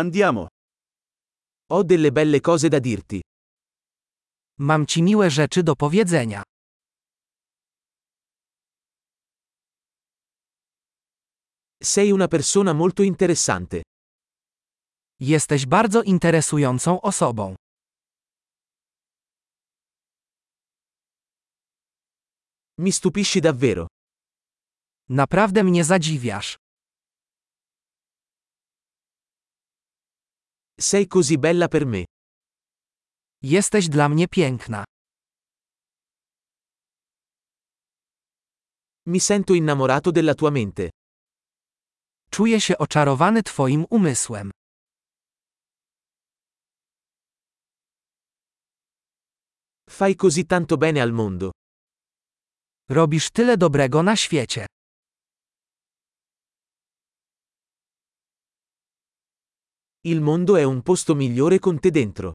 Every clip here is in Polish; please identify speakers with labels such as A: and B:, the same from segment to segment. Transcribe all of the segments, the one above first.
A: Andiamo. Ho delle belle cose da dirti.
B: Mam ci miłe rzeczy do powiedzenia.
A: Sei una persona molto interessante.
B: Jesteś bardzo interesującą osobą.
A: Mi stupisci davvero.
B: Naprawdę mnie zadziwiasz.
A: Sei così bella per me.
B: Jesteś dla mnie piękna.
A: Mi sento innamorato della tua mente.
B: Czuję się oczarowany Twoim umysłem.
A: Fai così tanto bene al mondo.
B: Robisz tyle dobrego na świecie.
A: Il mondo è un posto migliore con te dentro.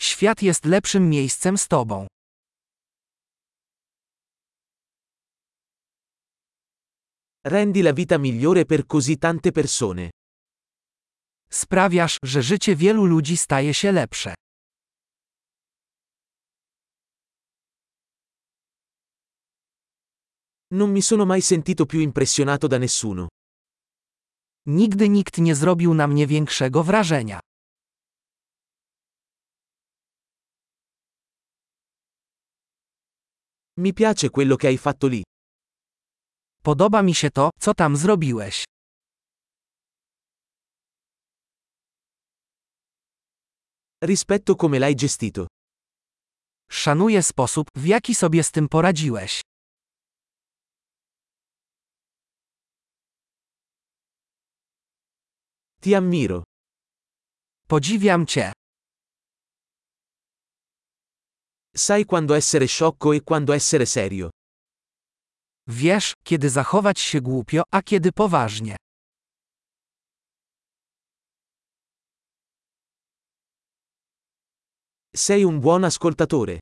B: Świat jest lepszym miejscem z Tobą.
A: Rendi la vita migliore per così tante persone.
B: Sprawiasz, że życie wielu ludzi staje się lepsze.
A: Non mi sono mai sentito più impressionato da nessuno.
B: Nigdy nikt nie zrobił na mnie większego wrażenia.
A: Mi piace quello che hai fatto lì.
B: Podoba mi się to, co tam zrobiłeś.
A: Rispetto come l'hai gestito.
B: Szanuję sposób, w jaki sobie z tym poradziłeś.
A: Ti ammiro.
B: Podziwiam Cię.
A: Sai quando essere sciocco e quando essere serio.
B: Wiesz, kiedy zachować się głupio, a kiedy poważnie.
A: Sei un buon ascoltatore.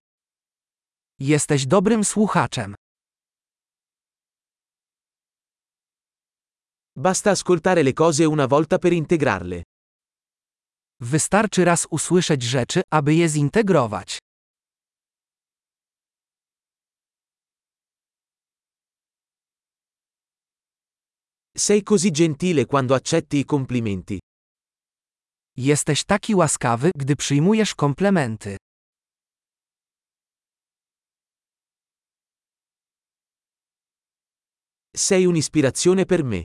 B: Jesteś dobrym słuchaczem.
A: Basta ascoltare le cose una volta per integrarle.
B: Wystarczy raz usłyszeć rzeczy, aby je zintegrować.
A: Sei così gentile quando accetti i complimenti.
B: Jesteś taki łaskawy, gdy przyjmujesz komplementy.
A: Sei un'ispirazione per me.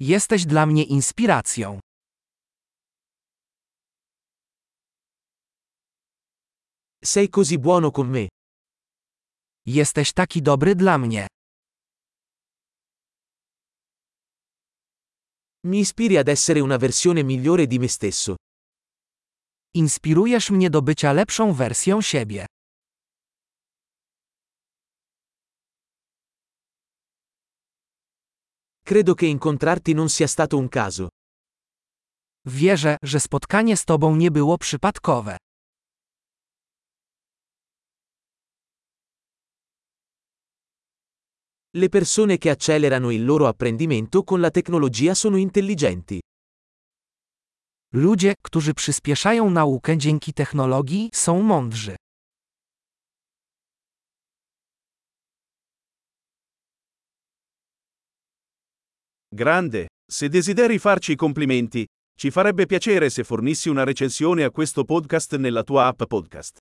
B: Jesteś dla mnie inspiracją.
A: Sei così buono con me.
B: Jesteś taki dobry dla mnie.
A: Mi ispiri ad essere una versione migliore di me stesso.
B: Inspirujesz mnie do bycia lepszą wersją siebie.
A: Credo che incontrarti non sia stato un caso.
B: Wierzę, że spotkanie z Tobą nie było przypadkowe.
A: Le persone che accelerano il loro apprendimento con la tecnologia sono intelligenti.
B: Ludzie, którzy przyspieszają naukę dzięki technologii, są mądrzy.
C: Grande, se desideri farci i complimenti, ci farebbe piacere se fornissi una recensione a questo podcast nella tua app podcast.